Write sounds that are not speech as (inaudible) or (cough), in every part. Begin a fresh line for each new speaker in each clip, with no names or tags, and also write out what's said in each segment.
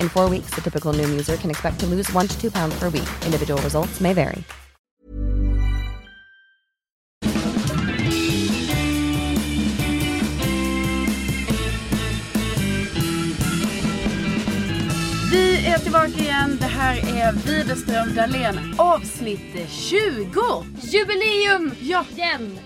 In four weeks, the typical Noom user can expect to lose one to two pounds per week. Individual results may vary.
Vi är tillbaka igen. Det här är Widerström Dahlén avsnitt 20.
Jubileum
Ja,
igen!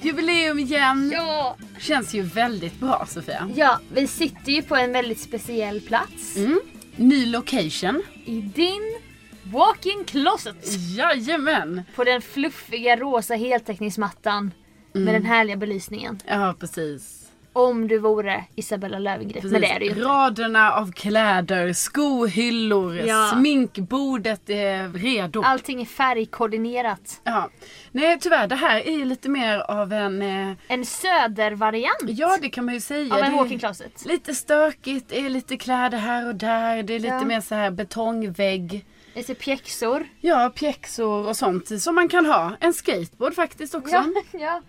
jubileum igen.
Ja.
Känns ju väldigt bra Sofia.
ja, vi sitter ju på en väldigt speciell plats.
Mm. Ny location.
I din walk-in closet.
Mm. Jajamän.
På den fluffiga rosa heltäckningsmattan.
Mm.
Med den härliga belysningen.
Ja, precis.
Om du vore Isabella Löwengrip.
precis.
Men det är du ju inte.
Raderna av kläder, skohyllor,
Ja.
sminkbordet är redo.
Allting är färgkoordinerat.
Ja. Nej tyvärr, det här är ju lite mer av en... Eh,
En södervariant
ja, det kan man ju säga.
av en
Det är-
walk-in closet.
Lite stökigt, det är lite kläder här och där. Det är lite
Ja.
mer så här betongvägg.
Lite pjäxor.
Ja, pjäxor och sånt som man kan ha. En skateboard faktiskt också.
Ja,
Ja,
(laughs)
Mm.
ja.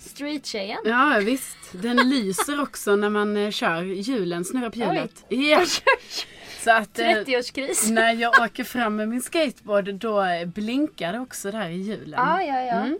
Street-tjejen. (laughs)
visst. Den lyser också när man eh, kör hjulen, snurrar på hjulet. Ja. Så att eh,
30-årskris.
när jag åker fram med min skateboard då eh, blinkar det också där i hjulen.
Ja, ja, ja. Eh, nej,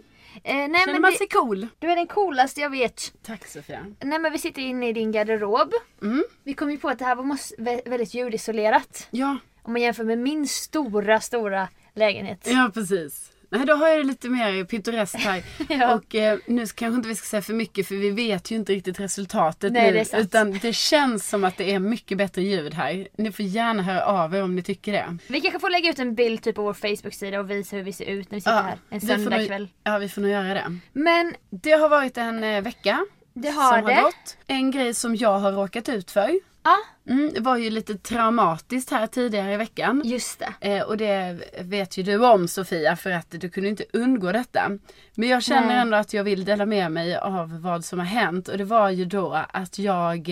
Mm. Känner
men
man
det-
sig cool?
Du är den coolaste jag vet.
Tack Sofia.
Nej men vi sitter inne i din garderob.
Mm.
Vi kom ju på att det här var måste, vä- väldigt ljudisolerat.
Ja,
Om man jämför med min stora, stora lägenhet.
ja precis. Nej, då har jag det lite mer pittoreskt här.
(laughs) Ja.
Och eh, nu ska- kanske inte vi ska säga för mycket för vi vet ju inte riktigt resultatet
Nej,
nu.
det är sant.
Utan det känns som att det är mycket bättre ljud här. Ni får gärna höra av er om ni tycker det.
Vi kanske får lägga ut en bild typ på vår Facebook-sida och visa hur vi ser ut när vi sitter här
vi
en
får nog-
söndagkväll.
Ja, vi får nog göra det.
Men
Det har varit en eh, vecka.
Det har
som
det.
Har gått. En grej som jag har råkat ut för.
ja,
Mm, det var ju lite traumatiskt här tidigare i veckan.
just det.
Eh, och det vet ju du om Sofia för att du kunde inte undgå detta. Men jag känner
Nej.
ändå att jag vill dela med mig av vad som har hänt och det var ju då att jag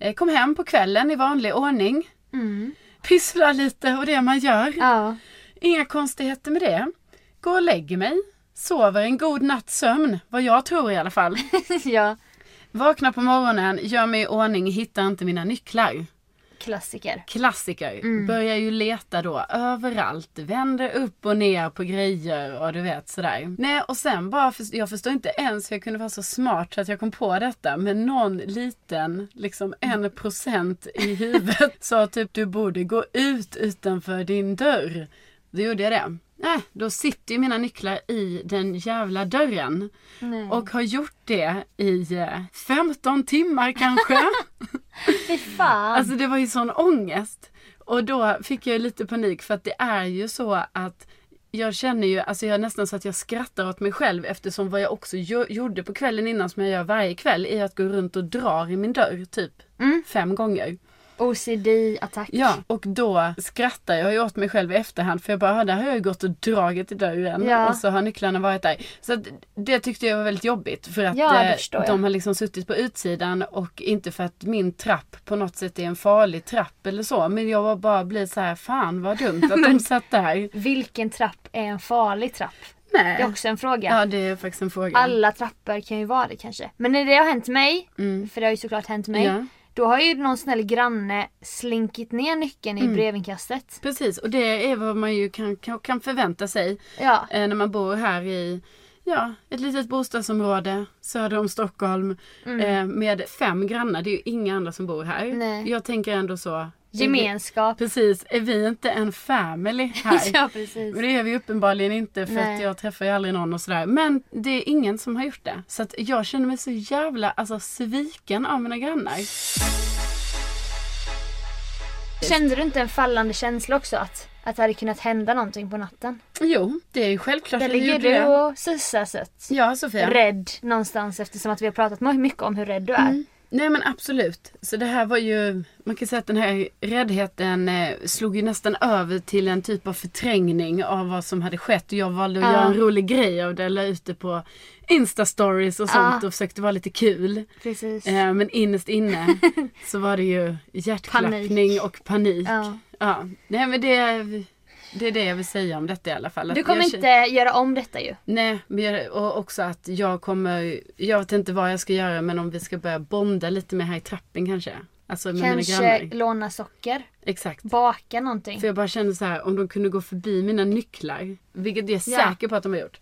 eh, kom hem på kvällen i vanlig ordning.
Mm.
Pysslar lite och det man gör.
Ja.
Inga konstigheter med det. Går och lägger mig. Sover en god natts sömn, vad jag tror i alla
(laughs)
fall.
(laughs) ja,
Vaknar på morgonen, gör mig i ordning, hittar inte mina nycklar
klassiker.
klassiker. Börjar ju leta då överallt. Vänder upp och ner på grejer och du vet sådär. Nej och sen bara, för, jag förstår inte ens hur jag kunde vara så smart så att jag kom på detta. Men någon liten, liksom en procent i huvudet sa typ du borde gå ut utanför din dörr. Då gjorde jag det. Nej, då sitter ju mina nycklar i den jävla dörren. Och har gjort det i eh, 15 timmar kanske.
Fy fan.
Alltså det var ju sån ångest. Och då fick jag ju lite panik för att det är ju så att jag känner ju, alltså jag är nästan så att jag skrattar åt mig själv eftersom vad jag också gö- gjorde på kvällen innan som jag gör varje kväll är att gå runt och dra i min dörr typ fem gånger.
OCD-attack.
Ja, och då skrattar jag ju åt mig själv i efterhand för jag bara, "Ah, där har jag ju gått och dragit i dörren
Ja.
och så har nycklarna varit där. Så att, det tyckte jag var väldigt jobbigt för att
Ja, det
eh,
förstår jag.
de har liksom suttit på utsidan och inte för att min trapp på något sätt är en farlig trapp eller så men jag var bara blir så här, fan vad dumt
(laughs)
att de satt där.
Vilken trapp är en farlig trapp?
Nej.
Det är också en fråga.
Ja, det är faktiskt en fråga.
Alla trappor kan ju vara det kanske. Men när det har hänt mig, för det har ju såklart hänt mig.
Mm. Ja.
Då har ju någon snäll granne slinkit ner nyckeln
Mm.
i brevinkastet.
Precis, och det är vad man ju kan, kan, kan förvänta sig
Ja.
eh, när man bor här i ja, ett litet bostadsområde söder om Stockholm eh, med fem grannar. Det är ju inga andra som bor här.
Nej.
Jag tänker ändå så. är vi-
Gemenskap.
Precis, är vi inte en family (laughs) här?
(laughs) Ja, precis.
Men det är vi uppenbarligen inte för att
Nej.
jag träffar ju aldrig någon och sådär. Men det är ingen som har gjort det. Så att jag känner mig så jävla alltså, sviken av mina grannar.
Kände du inte en fallande känsla också att, att det hade kunnat hända någonting på natten?
Jo, det är ju självklart.
Där
att
ligger
gjorde
du
det.
och sussar sött.
Ja, Sofia.
Rädd någonstans eftersom att vi har pratat my- mycket om hur rädd du är.
Nej men absolut. Så det här var ju, man kan säga att den här räddheten eh, slog ju nästan över till en typ av förträngning av vad som hade skett. Och jag valde att
Ja.
göra en rolig grej av det, la ut det på Insta-stories och sånt och försökte vara lite kul.
Precis.
Eh, men innerst
(laughs)
inne så var det ju hjärtklappning
Panik.
och panik.
Ja.
Ja. Nej men det, det är det jag vill säga om detta i alla fall. Att
Du kommer
jag-
inte göra om detta ju.
Nej, men jag, och också att jag kommer, jag vet inte vad jag ska göra men om vi ska börja bonda lite mer här i trappen kanske. Alltså med mina
Kanske
grannar.
låna socker,
Exakt.
baka någonting.
För jag bara kände så här, om de kunde gå förbi mina nycklar, vilket jag är
Ja.
säker på att de har gjort.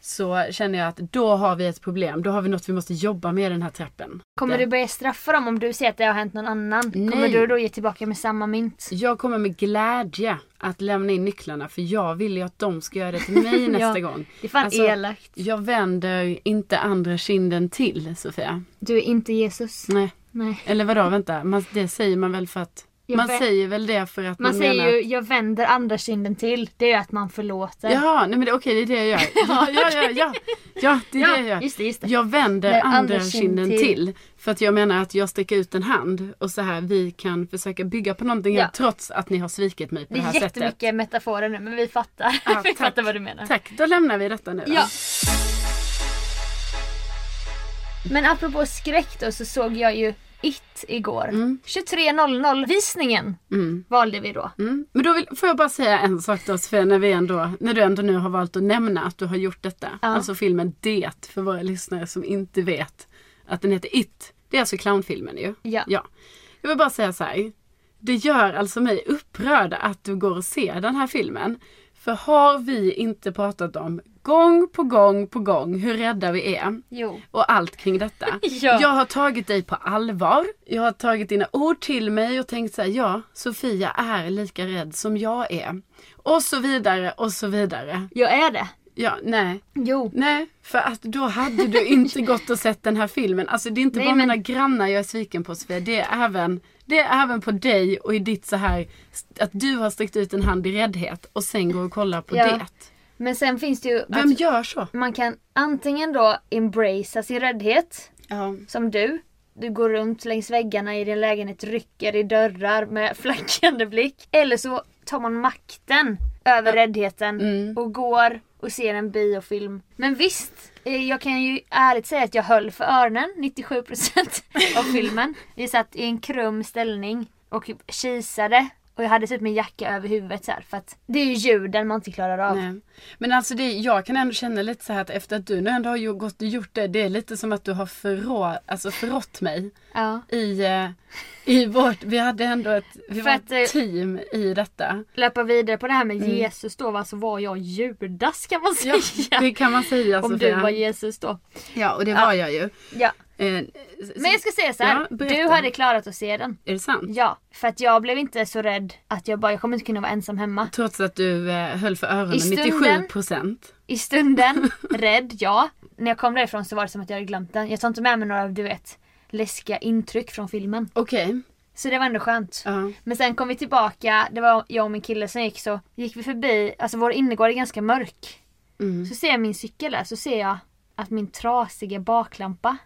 Så känner jag att då har vi ett problem, då har vi något vi måste jobba med i den här trappen.
Kommer du börja straffa dem om du ser att det har hänt någon annan? Kommer
Nej.
du då ge tillbaka med samma mynt?
Jag kommer med glädje att lämna in nycklarna för jag vill ju att de ska göra det till
(laughs)
mig nästa gång. Alltså,
det är fan elakt.
Jag vänder inte andra kinden till Sofia.
Du är inte Jesus.
Nej.
Nej.
Eller vadå, vänta. Man, det säger man väl för att...
Jag
man
vet-
säger väl det för att man,
Man säger
menar...
ju, jag vänder andra kinden till. Det är ju att man förlåter.
Jaha, nej men det, okej det är det jag
(laughs)
gör. Ja, ja, ja, ja. ja det är
Ja,
det jag gör.
just det, just det.
Jag vänder
När
andra, kinden till. För att jag menar att jag sträcker ut en hand och så här vi kan försöka bygga på någonting
Ja.
här, trots att ni har svikit mig på
Det
det, här
är
sättet.
jättemycket metaforer nu men vi fattar.
Ja,
(laughs) vi
tack.
fattar vad du menar.
Tack, då lämnar vi detta nu. då.
Ja. Men apropå skräck då så såg jag ju It igår.
Mm.
23.00 visningen valde vi då.
Mm. Men då vill, får jag bara säga en sak då Sofia, när, vi ändå, när du ändå nu har valt att nämna att du har gjort detta. Alltså filmen Det, för våra lyssnare som inte vet att den heter It. Det är alltså clownfilmen ju.
Ja.
Jag vill bara säga så här. Det gör alltså mig upprörd att du går och ser den här filmen. För har vi inte pratat om gång på gång på gång hur rädda vi är?
Jo.
och allt kring detta.
(laughs) Ja.
Jag har tagit dig på allvar. Jag har tagit dina ord till mig och tänkt så här, ja, Sofia är lika rädd som jag är. Och så vidare och så vidare.
Jag är det.
Ja, nej.
Jo.
Nej, för att då hade
(laughs)
du inte gått och sett den här filmen. Alltså det är inte
Nej,
bara
men-
mina grannar jag är sviken på Sofia. Det är även, det är även på dig och i ditt så här, att du har sträckt ut en hand i räddhet och sen går och kollar på
Ja.
det.
Men sen finns det ju
Vem
att
gör så?
man kan antingen då embracea sin räddhet
Ja.
som du. Du går runt längs väggarna i din lägenhet, rycker i dörrar med (laughs) flackande blick. Eller så tar man makten över räddheten
Mm.
och går och ser en biofilm. Men visst, eh, jag kan ju ärligt säga att jag höll för öronen
(laughs)
97% av filmen. Vi satt i en krum ställning och typ kisade. Och jag hade typ min jacka över huvudet så här, för att det är ju ljuden man inte klarar av.
Nej. Men alltså det, jag kan ändå känna lite så här att efter att du nu ändå har ju- gått och gjort det, det är lite som att du har förrå, alltså förrått mig.
Ja.
I, eh, I vårt, vi hade ändå ett, vi
För
var
att, eh,
ett team i detta.
Löpa vidare på det här med
Mm.
Jesus då va, så var jag Judas kan man säga.
Det kan man alltså säga
Om
Sofia.
du var Jesus då.
Ja och det var jag ju.
Ja.
Eh, så,
Men jag ska säga så här.
Ja, berätta.
du hade klarat att se den.
Är det sant?
Ja, för att jag blev inte så rädd att jag bara, jag kommer inte kunna vara ensam hemma.
Trots att du eh, höll för öronen
I stunden-
97%. (laughs)
I stunden, rädd, ja. När jag kom därifrån så var det som att jag hade glömt den. Jag tar inte med mig några, du vet, läskiga intryck från filmen.
Okej.
Så det var ändå skönt.
Ja.
Men sen kom vi tillbaka, det var jag och min kille som gick så gick vi förbi, alltså vår innergård är ganska mörk. Så ser jag min cykel där, så ser jag att min trasiga baklampa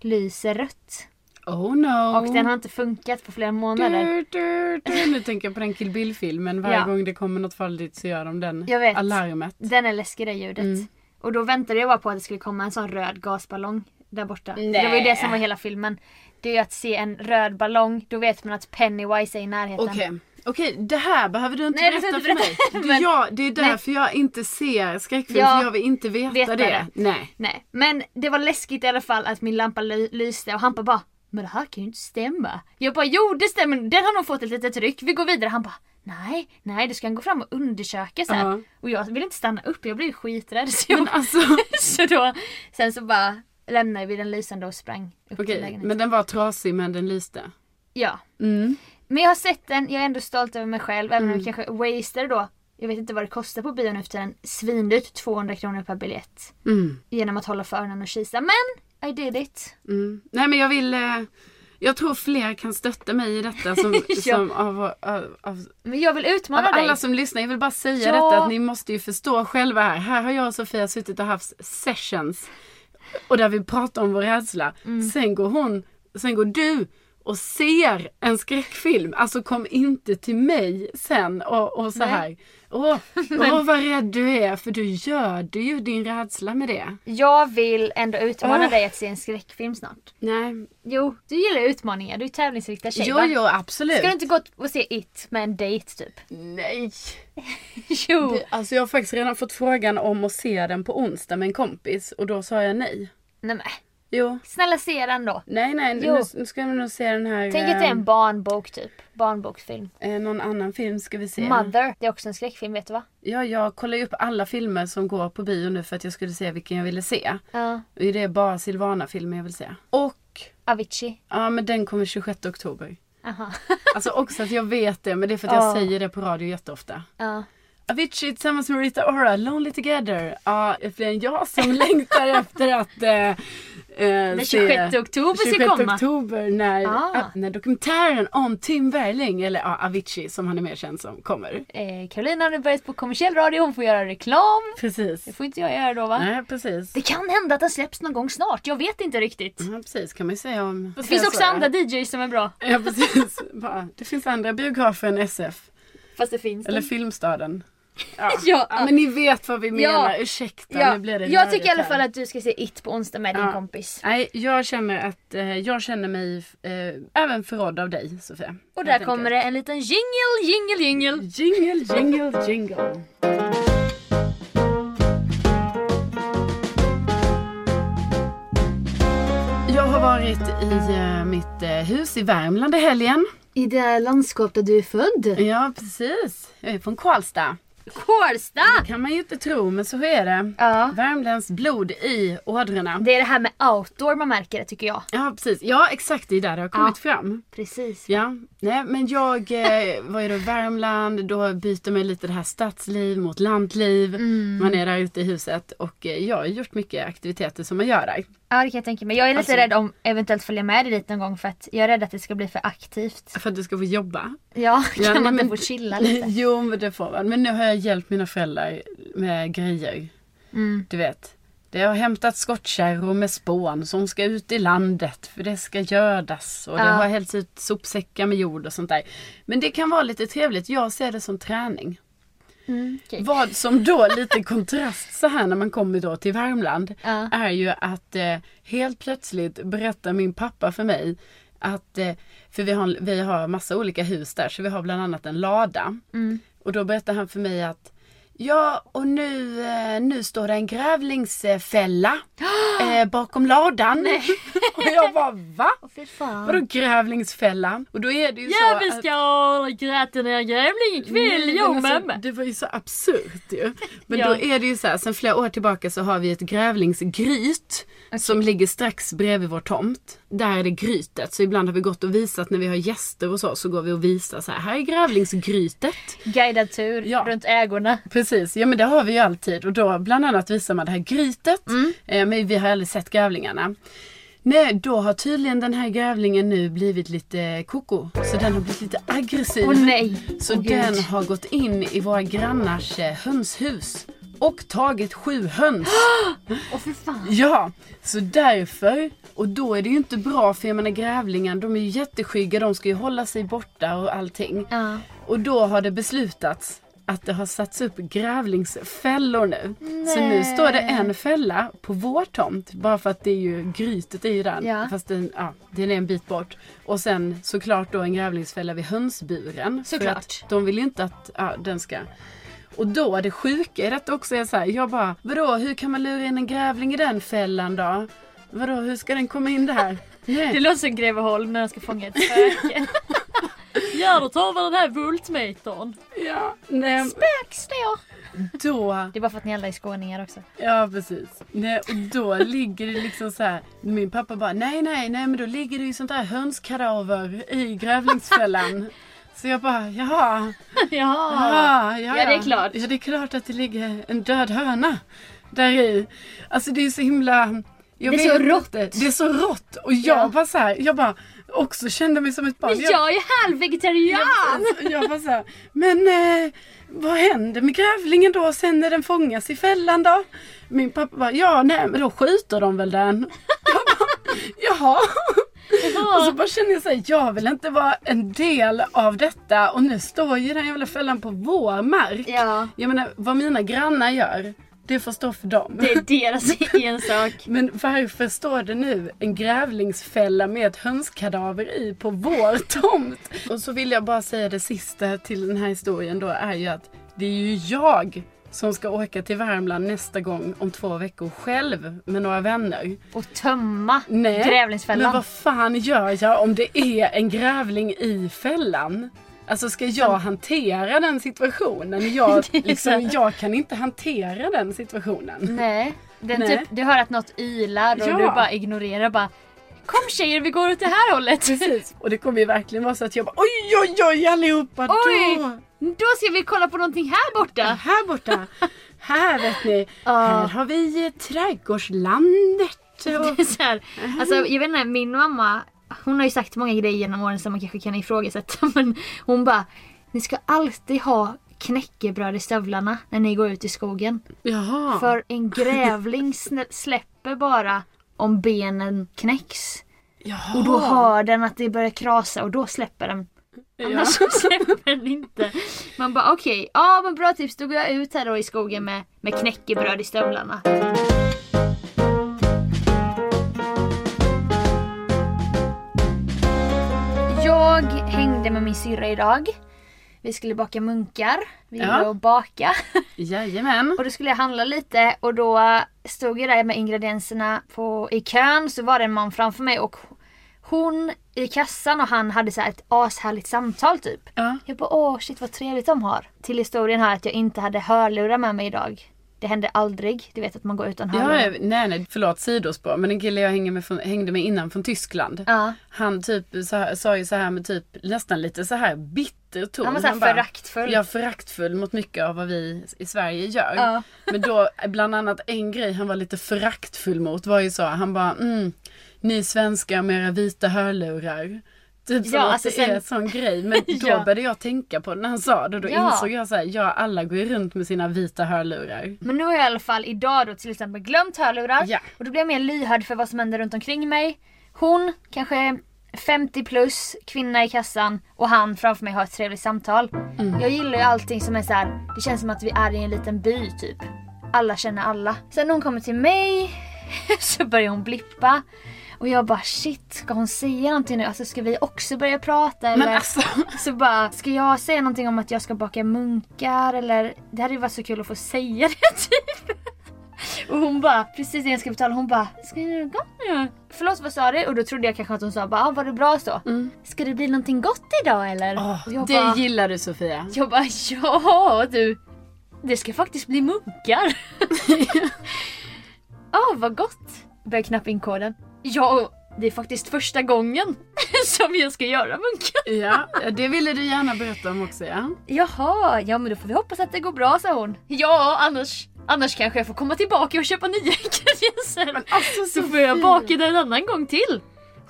lyser rött.
Oh no.
Och den har inte funkat på flera månader.
du, du, du. Nu tänker jag på den Kill Bill-filmen. Varje
Ja.
gång det kommer något farligt så gör de den.
Jag vet.
Alarmet.
Den är läskig det ljudet. Och då väntade jag bara på att det skulle komma en sån röd gasballong där borta. Det var ju det som var hela filmen. Det är ju att se en röd ballong, då vet man att Pennywise är i närheten.
Okej. Okej, det här behöver du inte
Nej, det
berätta
ska
för
jag inte
mig.
berätta,
Det, är
men-
jag, det är därför jag inte ser skräckfilm,
Ja,
för jag vill inte veta,
veta
det.
det.
Nej.
Nej, men det var läskigt i alla fall att min lampa ly- lyste och Hampa bara Men det här kan ju inte stämma. Jag bara jo det stämmer, den har nog fått ett litet ryck, vi går vidare. Han bara Nej, nej du ska gå fram och undersöka sen.
Ja.
Och jag ville inte stanna upp, jag blev skiträdd. (laughs) Så,
Men
jag,
alltså,
så då, sen så bara lämnade vi den lysande och sprang upp till
okej,
lägenheten.
men den var trasig men den lyste.
Ja. Mm. Men jag har sett den, jag är ändå stolt över mig själv. Även om jag kanske waster då. Jag vet inte vad det kostar på bio nu för tiden. Svindyrt, 200 kronor per biljett. Genom att hålla för öronen och kisa. Men I did it.
Mm. Nej men jag vill, eh, jag tror fler kan stötta mig i detta som,
(laughs) Ja.
som av, av, av
Men jag vill utmana
Av
dig.
alla som lyssnar, jag vill bara säga
Ja.
detta att ni måste ju förstå själva här. Här har jag och Sofia suttit och haft sessions. Och där vi pratar om vår rädsla. Sen går hon, sen går du och ser en skräckfilm. Alltså kom inte till mig sen och, och så här. (laughs) Åh, åh vad rädd du är för du gör du ju din rädsla med det.
Jag vill ändå utmana
Ah.
dig att se en skräckfilm snart.
Nej,
Jo, du gillar utmaningar. Du är tävlingsriktad tjej
jo
va?
jo absolut.
Ska du inte gå och se It med en dejt typ?
Nej.
(laughs) Jo.
Det- Alltså jag har faktiskt redan fått frågan om att se den på onsdag med en kompis och då sa jag nej.
Nej men
Jo.
snälla se den då.
Nej, nej,
Jo.
nu, nu ska vi nog se den här...
Tänk att det är en barnbok typ. Barnboksfilm.
eh, någon annan film ska vi se.
Mother, det är också en skräckfilm vet du va?
Ja, jag kollar ju upp alla filmer som går på bio nu för att jag skulle se vilken jag ville se.
Ja.
Och Det är bara Silvana-filmer jag vill se. Och,
Avicii.
ja men den kommer 26 oktober.
Aha.
Alltså också att jag vet det, men det är för att jag
Ja.
säger det på radio jätteofta.
Ja.
Avicii tillsammans med Rita Ora, Lonely Together. Ja, det är fler än jag som
(laughs)
längtar efter att eh, eh,
Den
se-
26 oktober ska
26
komma.
oktober när,
Ah.
ah, när dokumentären om Tim Berling, eller ja, Avicii som han är mer känd som, kommer.
(laughs) Eh, Carolina har nu börjat på kommersiell radio, hon får göra reklam.
Precis.
Det får inte jag göra då va?
Nej, precis.
Det kan hända att den släpps någon gång snart, jag vet inte riktigt.
Ja, precis kan man ju säga om.
Det finns också andra DJs som är bra.
Ja, precis. (laughs) Bara, Det finns andra biografer än SF.
Fast det finns
Eller
den.
Filmstaden.
(laughs) ja.
Ja, men ni vet vad vi menar.
Ja.
Ursäkta,
Ja,
nu blir det
jag tycker i
rörigt
alla fall
här.
att du ska se It på onsdag med din
Ja.
kompis.
Nej, jag känner att eh, jag känner mig eh, även förrådd av dig, Sofia.
Och där kommer det en liten jingle, jingle, jingle.
Jingle, jingle, jingle. Jag har varit i eh, mitt eh, hus i Värmland i helgen.
I det landskap där du är född.
Ja, precis. Jag är från Karlstad.
Kårsta!
kan man ju inte tro, men så är det.
Ja.
Värmlands blod i ådrorna.
Det är det här med outdoor man märker det tycker jag.
Ja, precis. Ja, exakt. Det är där det har kommit fram.
Precis.
Ja, nej men jag eh, var ju då i Värmland, då byter man ju lite det här stadsliv mot lantliv. Man är där ute i huset och eh, jag har gjort mycket aktiviteter som man gör där.
Ja det kan jag tänka mig. Jag är lite
Alltså-
rädd om eventuellt följa med dig dit någon gång för att jag är rädd att det ska bli för aktivt.
För att du ska få jobba.
Ja, (laughs) kan
Ja,
man
men-
inte få chilla (laughs) lite?
(laughs) Jo men det får man. Men nu har jag hjälpt mina föräldrar med grejer.
Mm.
Du vet. Det har hämtat skottkärror med spån som ska ut i landet för det ska gödas. Och det har hällts ut sopsäckar med jord och sånt där. Men det kan vara lite trevligt. Jag ser det som träning.
okej.
Vad som då lite kontrast så här när man kommer då till Värmland är ju att eh, helt plötsligt berättar min pappa för mig att, eh, för vi har, vi har massa olika hus där så vi har bland annat en lada.
Mm.
Och då berättar han för mig att Ja och nu, eh, nu står det en
(gasps)
grävlingsfälla eh, bakom ladan. (laughs) och jag bara va?
Fy fan.
Vadå grävlingsfälla? Och då är det ju så att-
Jävelskål! Grät ner grävling
Nej, men alltså, Det var ju så absurt ju. Men
Ja.
då är det ju så här, sen flera år tillbaka så har vi ett grävlingsgryt som ligger strax bredvid vår tomt. Där är det grytet, så ibland har vi gått och visat när vi har gäster och så, så går vi och visar så här, här är grävlingsgrytet.
Guidad tur
Ja.
runt ägorna.
Precis, ja men det har vi ju alltid och då bland annat visar man det här grytet.
Mm.
Eh, men vi har aldrig sett grävlingarna. Nej, då har tydligen den här grävlingen nu blivit lite koko. Så den har blivit lite aggressiv.
Åh nej.
Så
Åh, gud.
den har gått in i våra grannars eh, hönshus och tagit sju höns. (gasps)
Åh för fan.
Ja, så därför, och då är det ju inte bra för jag menar grävlingen, de är ju jätteskygga, de ska ju hålla sig borta och allting.
Ja.
Och då har det beslutats att det har satts upp grävlingsfällor nu. Så nu står det en fälla på vår tomt, bara för att det är ju, grytet är ju där,
Ja.
fast den, ja, den är en bit bort. Och sen såklart då en grävlingsfälla vid hönsburen.
Såklart.
För att de vill ju inte att ja, den ska och då är det sjuka i detta också är så här, jag bara, vadå hur kan man lura in en grävling i den fällan då? Vadå hur ska den komma in där?
Det
Nej.
låter som Greveholm när han ska fånga ett
(laughs)
spöke. ja då tar vi den här vultmetern.
(laughs) Ja, nej,
Spöks det ja.
då,
Det är bara för att ni alla är skåningar också.
ja precis. Nej, och då ligger det liksom så här, min pappa bara, nej nej nej men då ligger det ju sånt där hönskadaver i grävlingsfällan. Så jag bara, jaha,
ja.
Ah, ja,
Ja, det är klart.
Ja, det är klart att det ligger en död höna där i. Alltså det är så himla... Jag
Det är så
vet
rått.
inte. Det är så rått. Och jag
Ja.
bara så här, jag bara också kände mig som ett barn.
Men jag är ju halvvegetarian!
jag, jag bara så här, men eh, vad händer med grävlingen då sen när den fångas i fällan då? Min pappa bara, ja nej men då skjuter de väl den. Jag bara, Jaha. Och så bara känner jag såhär, jag vill inte vara en del av detta och nu står ju den jävla fällan på vår mark.
Ja.
Jag menar, vad mina grannar gör, det får stå för dem.
(laughs) Det är deras ensak.
Men varför står det nu en grävlingsfälla med ett hönskadaver i på vår (laughs) tomt? Och så vill jag bara säga det sista till den här historien då är ju att det är ju jag som ska åka till Värmland nästa gång om två veckor själv med några vänner.
Och tömma
Nej, men
grävlingsfällan.
vad fan gör jag om det är en grävling i fällan? Alltså ska jag hantera den situationen? Jag, liksom, jag kan inte hantera den situationen.
Nej. Den
Nej.
Typ, du hör att något ylar och
Ja.
du bara ignorerar bara Kom tjejer vi går åt det här hållet.
Precis. Och det kommer ju verkligen vara så att jag bara oj oj oj allihopa
(laughs) Oj!
då!
Då ska vi kolla på någonting här borta.
Här borta, här vet ni,
Ja.
här har vi eh, trädgårdslandet. Och...
(laughs) Det är så här. Alltså jag vet inte, min mamma hon har ju sagt många grejer genom åren som man kanske kan ifrågasätta (laughs) men hon bara Ni ska alltid ha knäckebröd i stövlarna när ni går ut i skogen.
Jaha.
För en grävling snä- släpper bara om benen knäcks.
Jaha.
Och då hör den att det börjar krasa och då släpper den.
ja.
Annars så släpper den inte. Man bara okej, ja men bra tips. Då går jag ut här då i skogen med, med knäckebröd i stövlarna. Jag hängde med min syrra idag. Vi skulle baka munkar. Vi
Ja.
gillar att baka.
Jajamän.
Och då skulle jag handla lite och då stod jag där med ingredienserna på, i kön så var det en man framför mig och hon i kassan och han hade så här ett ashärligt samtal typ.
Ja.
Jag bara åh shit vad trevligt de har. Till historien här att jag inte hade hörlurar med mig idag. Det hände aldrig. Du vet att man går utan
Ja,
hörlurar.
jag- nej, nej, förlåt sidospår. Men en kille jag hängde med från, hängde med innan från Tyskland.
Ja.
Han typ så här, sa ju så här med typ nästan lite så här bitter ton.
Han var så här
bara,
föraktfull.
Ja, föraktfull mot mycket av vad vi i Sverige gör.
Ja.
Men då, bland annat en grej han var lite föraktfull mot var ju så, han bara mm, ni svenskar med era vita hörlurar. Typ som
Ja,
att
alltså
det är
sen-
en sån grej.
(laughs)
Men då
Ja.
började jag tänka på det när han sa det. Då
Ja.
insåg jag så här, ja alla går ju runt med sina vita hörlurar.
Men nu har jag i alla fall idag då till exempel glömt hörlurar.
Ja.
Och då blir jag mer lyhörd för vad som händer runt omkring mig. Hon, kanske 50 plus, kvinna i kassan och han framför mig har ett trevligt samtal.
Mm.
Jag gillar ju allting som är så här. det känns som att vi är i en liten by typ. Alla känner alla. Sen när hon kommer till mig (laughs) så börjar hon blippa. Och jag bara shit, ska hon säga någonting nu? Alltså ska vi också börja prata eller?
Men alltså.
Så bara, ska jag säga någonting om att jag ska baka munkar eller? Det hade ju varit så kul att få säga det (laughs) typ. Och hon bara, precis när jag ska betala, hon bara Ska du göra gott nu? Förlåt vad sa du? Och då trodde jag kanske att hon sa bara, ah, var det bra så? Ska det bli någonting gott idag eller? Och jag,
det
bara,
gillar du
(laughs)
Sofia.
jag bara, ja du. Det ska faktiskt bli munkar. Ja, ah, vad gott. Börjar knappa in koden. Ja, det är faktiskt första gången (laughs) som jag ska göra munkar.
Ja, det ville du gärna berätta om också ja.
Jaha, ja men då får vi hoppas att det går bra sa hon. Ja, annars, annars kanske jag får komma tillbaka och köpa nya (laughs) ingredienser.
Alltså
Så får jag baka den en annan gång till.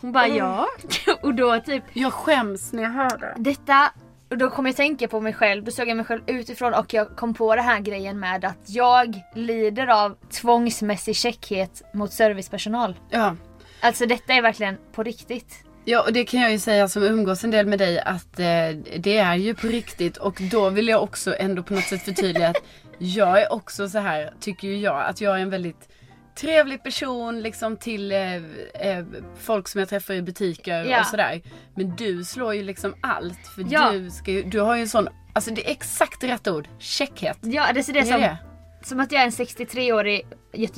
Hon bara ja. (laughs) Och då typ,
Jag skäms när jag hör det.
detta Och då kom jag tänka på mig själv, då såg jag mig själv utifrån och jag kom på den här grejen med att jag lider av tvångsmässig käckhet mot servicepersonal.
Ja.
Alltså detta är verkligen på riktigt.
Ja och det kan jag ju säga som umgås en del med dig att eh, det är ju på riktigt och då vill jag också ändå på något sätt förtydliga att jag är också så här tycker ju jag att jag är en väldigt trevlig person liksom till eh, eh, folk som jag träffar i butiker
Ja.
och sådär. Men du slår ju liksom allt för
Ja.
du, ska ju, du har ju en sån, alltså det är exakt rätt ord, käckhet.
Ja, det är, så det är
Det är
som,
det.
som att jag är en 63-årig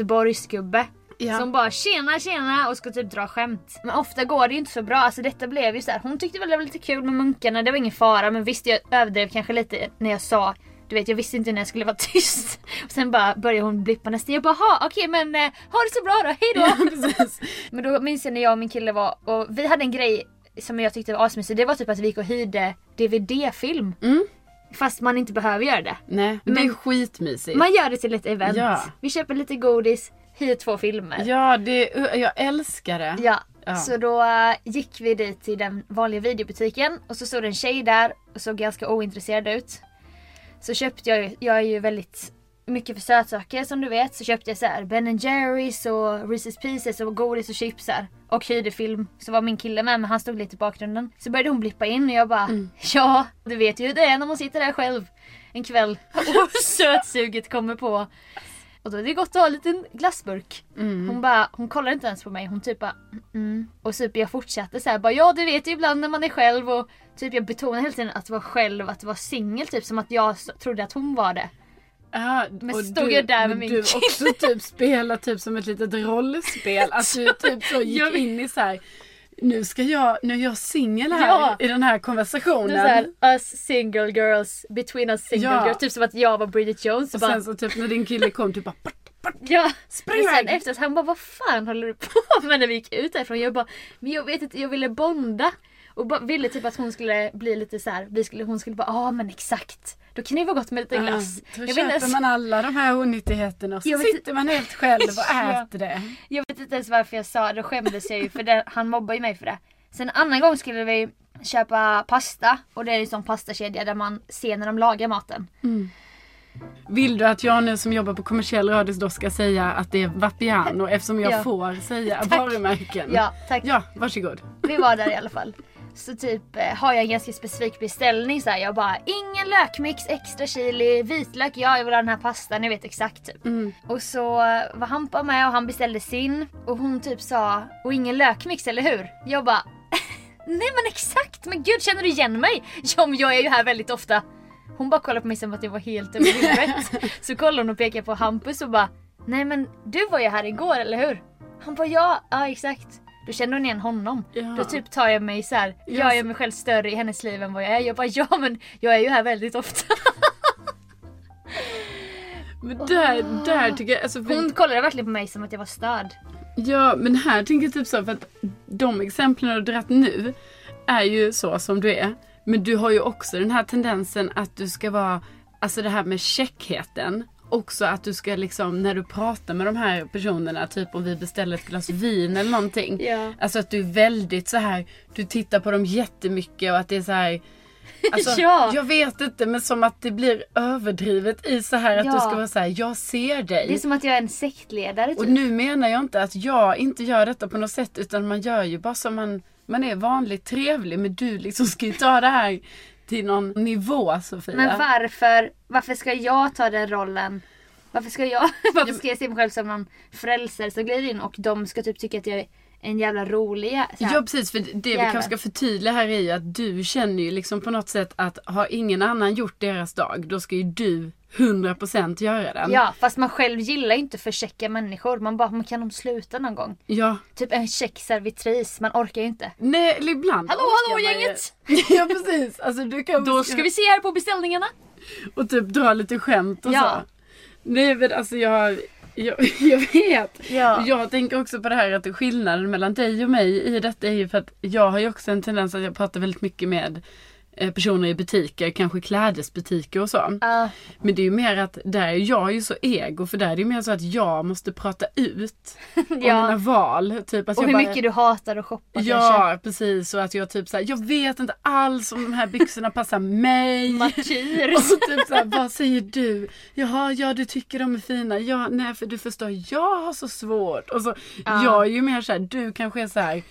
Göteborgsgubbe.
Ja.
Som bara tjena tjena och ska typ dra skämt. Men ofta går det ju inte så bra. Alltså detta blev ju så här. hon tyckte väl det var lite kul med munkarna, det var ingen fara. Men visst jag överdrev kanske lite när jag sa du vet jag visste inte när jag skulle vara (laughs) tyst. Och sen bara började hon blippa nästa. Jag bara "Ha, okej men eh, ha det så bra då,
(laughs)
hejdå!
Precis.
Men då minns jag när jag och min kille var och vi hade en grej som jag tyckte var asmysig. Det var typ att vi gick och hyrde DVD-film.
Mm.
Fast man inte behöver göra det.
Nej, men det är
Men-
skitmysigt.
Man gör det till ett event.
Ja.
Vi köper lite godis, hyr två filmer.
Ja, det, jag älskar det.
Ja,
Ja.
så då eh, gick vi dit till den vanliga videobutiken och så stod det en tjej där och såg ganska ointresserad ut. Så köpte jag ju, jag är ju väldigt mycket för sötsaker som du vet, så köpte jag så här Ben Jerrys och Reese's Pieces och godis och chips här. Och hyrde film. Så var min kille med men han stod lite i bakgrunden. Så började hon blippa in och jag bara (laughs) Ja, du vet ju hur det är när man sitter där själv en kväll (laughs) och sötsuget kommer på. Och då är det gott att ha en liten glassburk. Hon bara, hon kollar inte ens på mig. Hon typ bara, mm, mm. Och typ jag fortsatte så här, bara ja du vet ju ibland när man är själv och typ jag betonade hela tiden att vara själv, att vara singel typ som att jag s- trodde att hon var det.
Ja,
Men
och
stod jag där med
men
min
du
(laughs) kille.
också typ spelar typ som ett litet rollspel. Att du typ så gick
Alltså, Jag vet.
in i så här. Nu ska jag, nu är jag singel här
Ja.
i den här konversationen.
Nu så här, us single girls, between us single
Ja.
girls. Typ som att jag var Bridget Jones. Och
och
bara,
sen så typ när din kille kom typ bara
(laughs)
"Bort."
Ja,
Spring
och sen
iväg.
efteråt han bara vad fan håller du på (laughs) med när vi gick ut därifrån? Jag bara, men jag vet inte, jag ville bonda. Och bara, ville typ att hon skulle bli lite så här, vi skulle, hon skulle bara, ja ah, men exakt. Då kan det vara gott med lite glass.
Då
jag, vet
köper
inte ens,
man alla de här onyttigheterna och så
Jag vet-
sitter man helt själv och
(laughs) Ja.
äter det.
jag vet inte ens varför jag sa det, då skämdes jag ju för det, han mobbar ju mig för det. Sen en annan gång skulle vi köpa pasta och det är ju en sån pastakedja där man ser när de lagar maten.
Vill du att jag nu som jobbar på kommersiell radios då ska säga att det är
(laughs)
Vapiano eftersom jag
Ja.
får
(laughs)
säga varumärken?
Ja, tack.
Ja, varsågod.
Vi var där i alla fall. Så typ eh, har jag en ganska specifik beställning så här. Jag bara ingen lökmix, extra chili, vitlök, ja jag vill ha den här pastan, ni vet exakt typ. Och så eh, var Hampa med och han beställde sin och hon typ sa och ingen lökmix eller hur? Jag bara (laughs) nej men exakt, men gud känner du igen mig? (laughs) Ja men jag är ju här väldigt ofta. Hon bara kollade på mig som att jag var helt över huvudet. (laughs) Så kollade hon och pekade på Hampus och bara nej men du var ju här igår eller hur? Han bara ja, ja exakt. Då kände hon igen honom.
Ja.
Då typ tar jag mig så här.
Ja,
jag gör mig själv större i hennes liv än vad jag är. Jag bara ja men jag är ju här väldigt ofta.
Men där, där tycker jag, alltså, för-
(laughs) Hon kollade verkligen på mig som att jag var (laughs) störd.
Ja, men här tänker jag typ så för att de exemplen du har dragit nu är ju så som du är. Men du har ju också den här tendensen att du ska vara, alltså det här med käckheten. Också att du ska liksom när du pratar med de här personerna, typ om vi beställer ett glas vin eller någonting.
Ja.
Alltså att du är väldigt så här, du tittar på dem jättemycket och att det är så
(laughs)
här. Alltså,
Ja.
Jag vet inte men som att det blir överdrivet i så här att du
Ja.
ska vara så här, jag ser dig.
Det är som att jag är en sektledare
Och
typ.
nu menar jag inte att jag inte gör detta på något sätt utan man gör ju bara som man, man är vanligt trevlig men du liksom ska ju ta det här till någon nivå Sofia.
Men varför, varför ska jag ta den rollen? Varför ska jag, (laughs) varför ska jag se mig själv som någon frälsare som glider in och de ska typ tycka att jag är en jävla rolig jä- så här.
Ja precis för det vi
Jävlar.
kanske ska förtydliga här är ju att du känner ju liksom på något sätt att har ingen annan gjort deras dag då ska ju du 100% göra den.
Ja, fast man själv gillar ju inte för checka människor. Man bara, man kan de sluta någon gång?
ja.
Typ en check servitris, man orkar ju inte.
Nej eller ibland
Hallå,
orkar
hallå,
man ju-
gänget!
(laughs) ja precis. Alltså, du kan
Då ska vi se här på beställningarna.
Och typ dra lite skämt och
Ja.
så. Nej men alltså jag, jag, (laughs) jag vet.
Ja.
Och Jag tänker också på det här att skillnaden mellan dig och mig i detta är ju för att jag har ju också en tendens att jag pratar väldigt mycket med eh, personer i butiker, kanske klädesbutiker och så.
Ja.
Men det är ju mer att där är jag ju så ego för där är det ju mer så att jag måste prata ut om mina
ja.
val. Typ att
Och
jag
hur
bara,
mycket du hatar att shoppa kanske.
Ja precis och att jag typ såhär, jag vet inte alls om de här byxorna passar mig.
(laughs) Martyr.
Och så typ såhär, vad säger du? Jaha, ja du tycker de är fina. Ja, nej för du förstår, jag har så svårt. Och så, jag är ju mer såhär, du kanske är såhär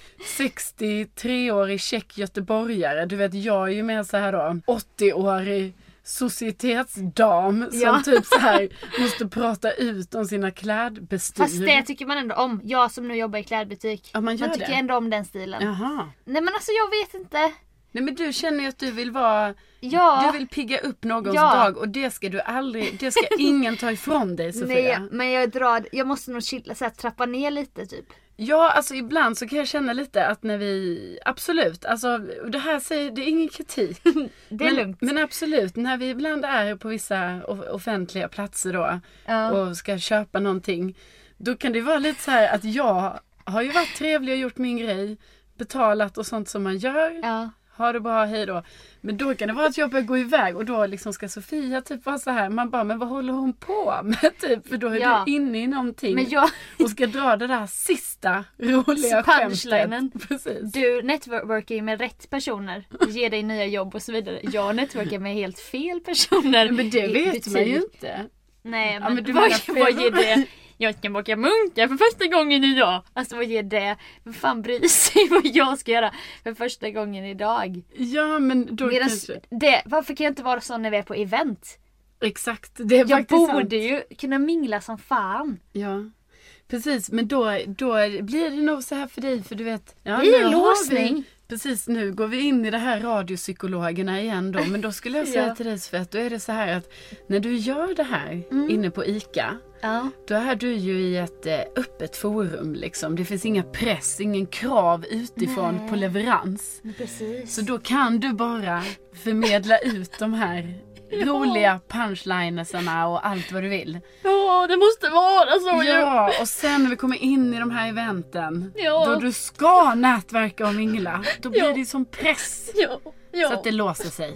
63-årig tjeck göteborgare. Du vet, jag är ju mer såhär då 80-årig societetsdam som
Ja.
typ så här måste prata ut om sina klädbestyr.
Fast det tycker man ändå om. Jag som nu jobbar i klädbutik.
Ja, man gör
tycker
det.
ändå om den stilen.
Jaha.
Nej men alltså jag vet inte.
Nej men du känner ju att du vill vara
Ja.
Du vill pigga upp någons
Ja.
dag och det ska du aldrig, det ska ingen ta ifrån dig Sofia.
(laughs) Nej, men jag drar, jag måste nog chilla, så här, trappa ner lite typ.
Ja, alltså ibland så kan jag känna lite att när vi, absolut, alltså det här säger, det är ingen kritik.
(laughs) Det är
men,
lugnt.
Men absolut, när vi ibland är på vissa off- offentliga platser då och ska köpa någonting. Då kan det vara lite så här att jag har ju varit trevlig och gjort min grej, betalat och sånt som man gör.
Ja.
Ha det bra, hej då. Men då kan det vara att jag börjar gå iväg och då liksom ska Sofia typ vara så här. Man bara, men vad håller hon på med? (laughs) Typ, för då är
Ja.
du inne i någonting.
Men jag,
Och ska dra det där sista roliga
Punchlinen.
skämtet. (laughs) Precis.
du networkar ju med rätt personer. Ger dig nya jobb och så vidare. Jag networkar med helt fel personer.
Men det
i
vet
butik.
man ju inte.
Nej men,
men du
vad,
menar fel.
vad ger det? Jag ska baka munkar för första gången idag. Alltså vad ger det? Vem fan bryr sig (laughs) vad jag ska göra för första gången idag?
Ja men då
Medan
kanske.
det, varför kan jag inte vara sån när vi är på event?
Exakt, det är
Jag
faktiskt
borde
sant.
ju kunna mingla som fan.
Ja. Precis, men då, då blir det nog så här för dig för du vet. Ja,
Det är
nu
en
har
låsning.
Vi, precis, nu går vi in i det här radiopsykologerna igen då. Men då skulle
(laughs)
jag säga till dig Svett, då är det så här att när du gör det här
Mm.
inne på ICA.
Ja.
Då är du ju i ett eh, öppet forum liksom. Det finns inga press, ingen krav utifrån på leverans.
Precis.
Så då kan du bara förmedla ut de
(laughs)
här roliga punchlinesarna och allt vad du vill.
Ja, det måste vara så ju.
Ja, och sen när vi kommer in i de här eventen
Ja.
då du ska nätverka och mingla, då blir
Ja.
det som press.
Ja, ja. Mm.
Så att det låser sig.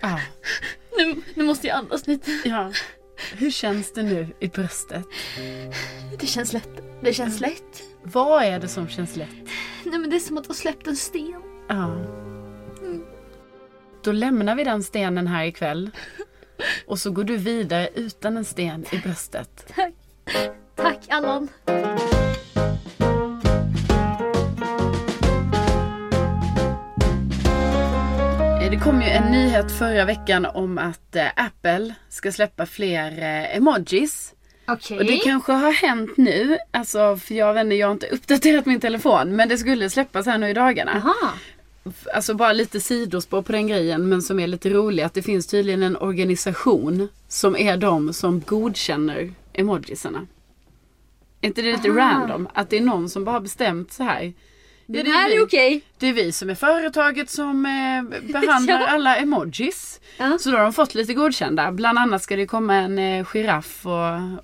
Ja.
nu, nu måste jag andas lite.
ja. Hur känns det nu i bröstet?
Det känns lätt. Det känns
Mm.
lätt.
Vad är det som känns lätt?
Nej men det är som att ha släppt en sten.
Ja.
Mm.
Då lämnar vi den stenen här ikväll. Och så går du vidare utan en sten i bröstet.
Tack Allan.
Eh, Det kom ju en nyhet förra veckan om att eh, Apple ska släppa fler eh, emojis.
Okej.
Och det kanske har hänt nu, alltså för jag vet inte, jag har inte uppdaterat min telefon. Men det skulle släppas här nu i dagarna.
Aha.
Alltså bara lite sidospår på den grejen men som är lite rolig att det finns tydligen en organisation som är de som godkänner emojisarna. Är inte det lite random? Att det är någon som bara har bestämt så här. Ja,
Det här
vi.
är okej.
Det är vi som är företaget som eh,
(laughs)
behandlar alla emojis.
Ja.
Så då har de fått lite godkända. Bland annat ska det komma en eh, giraff och,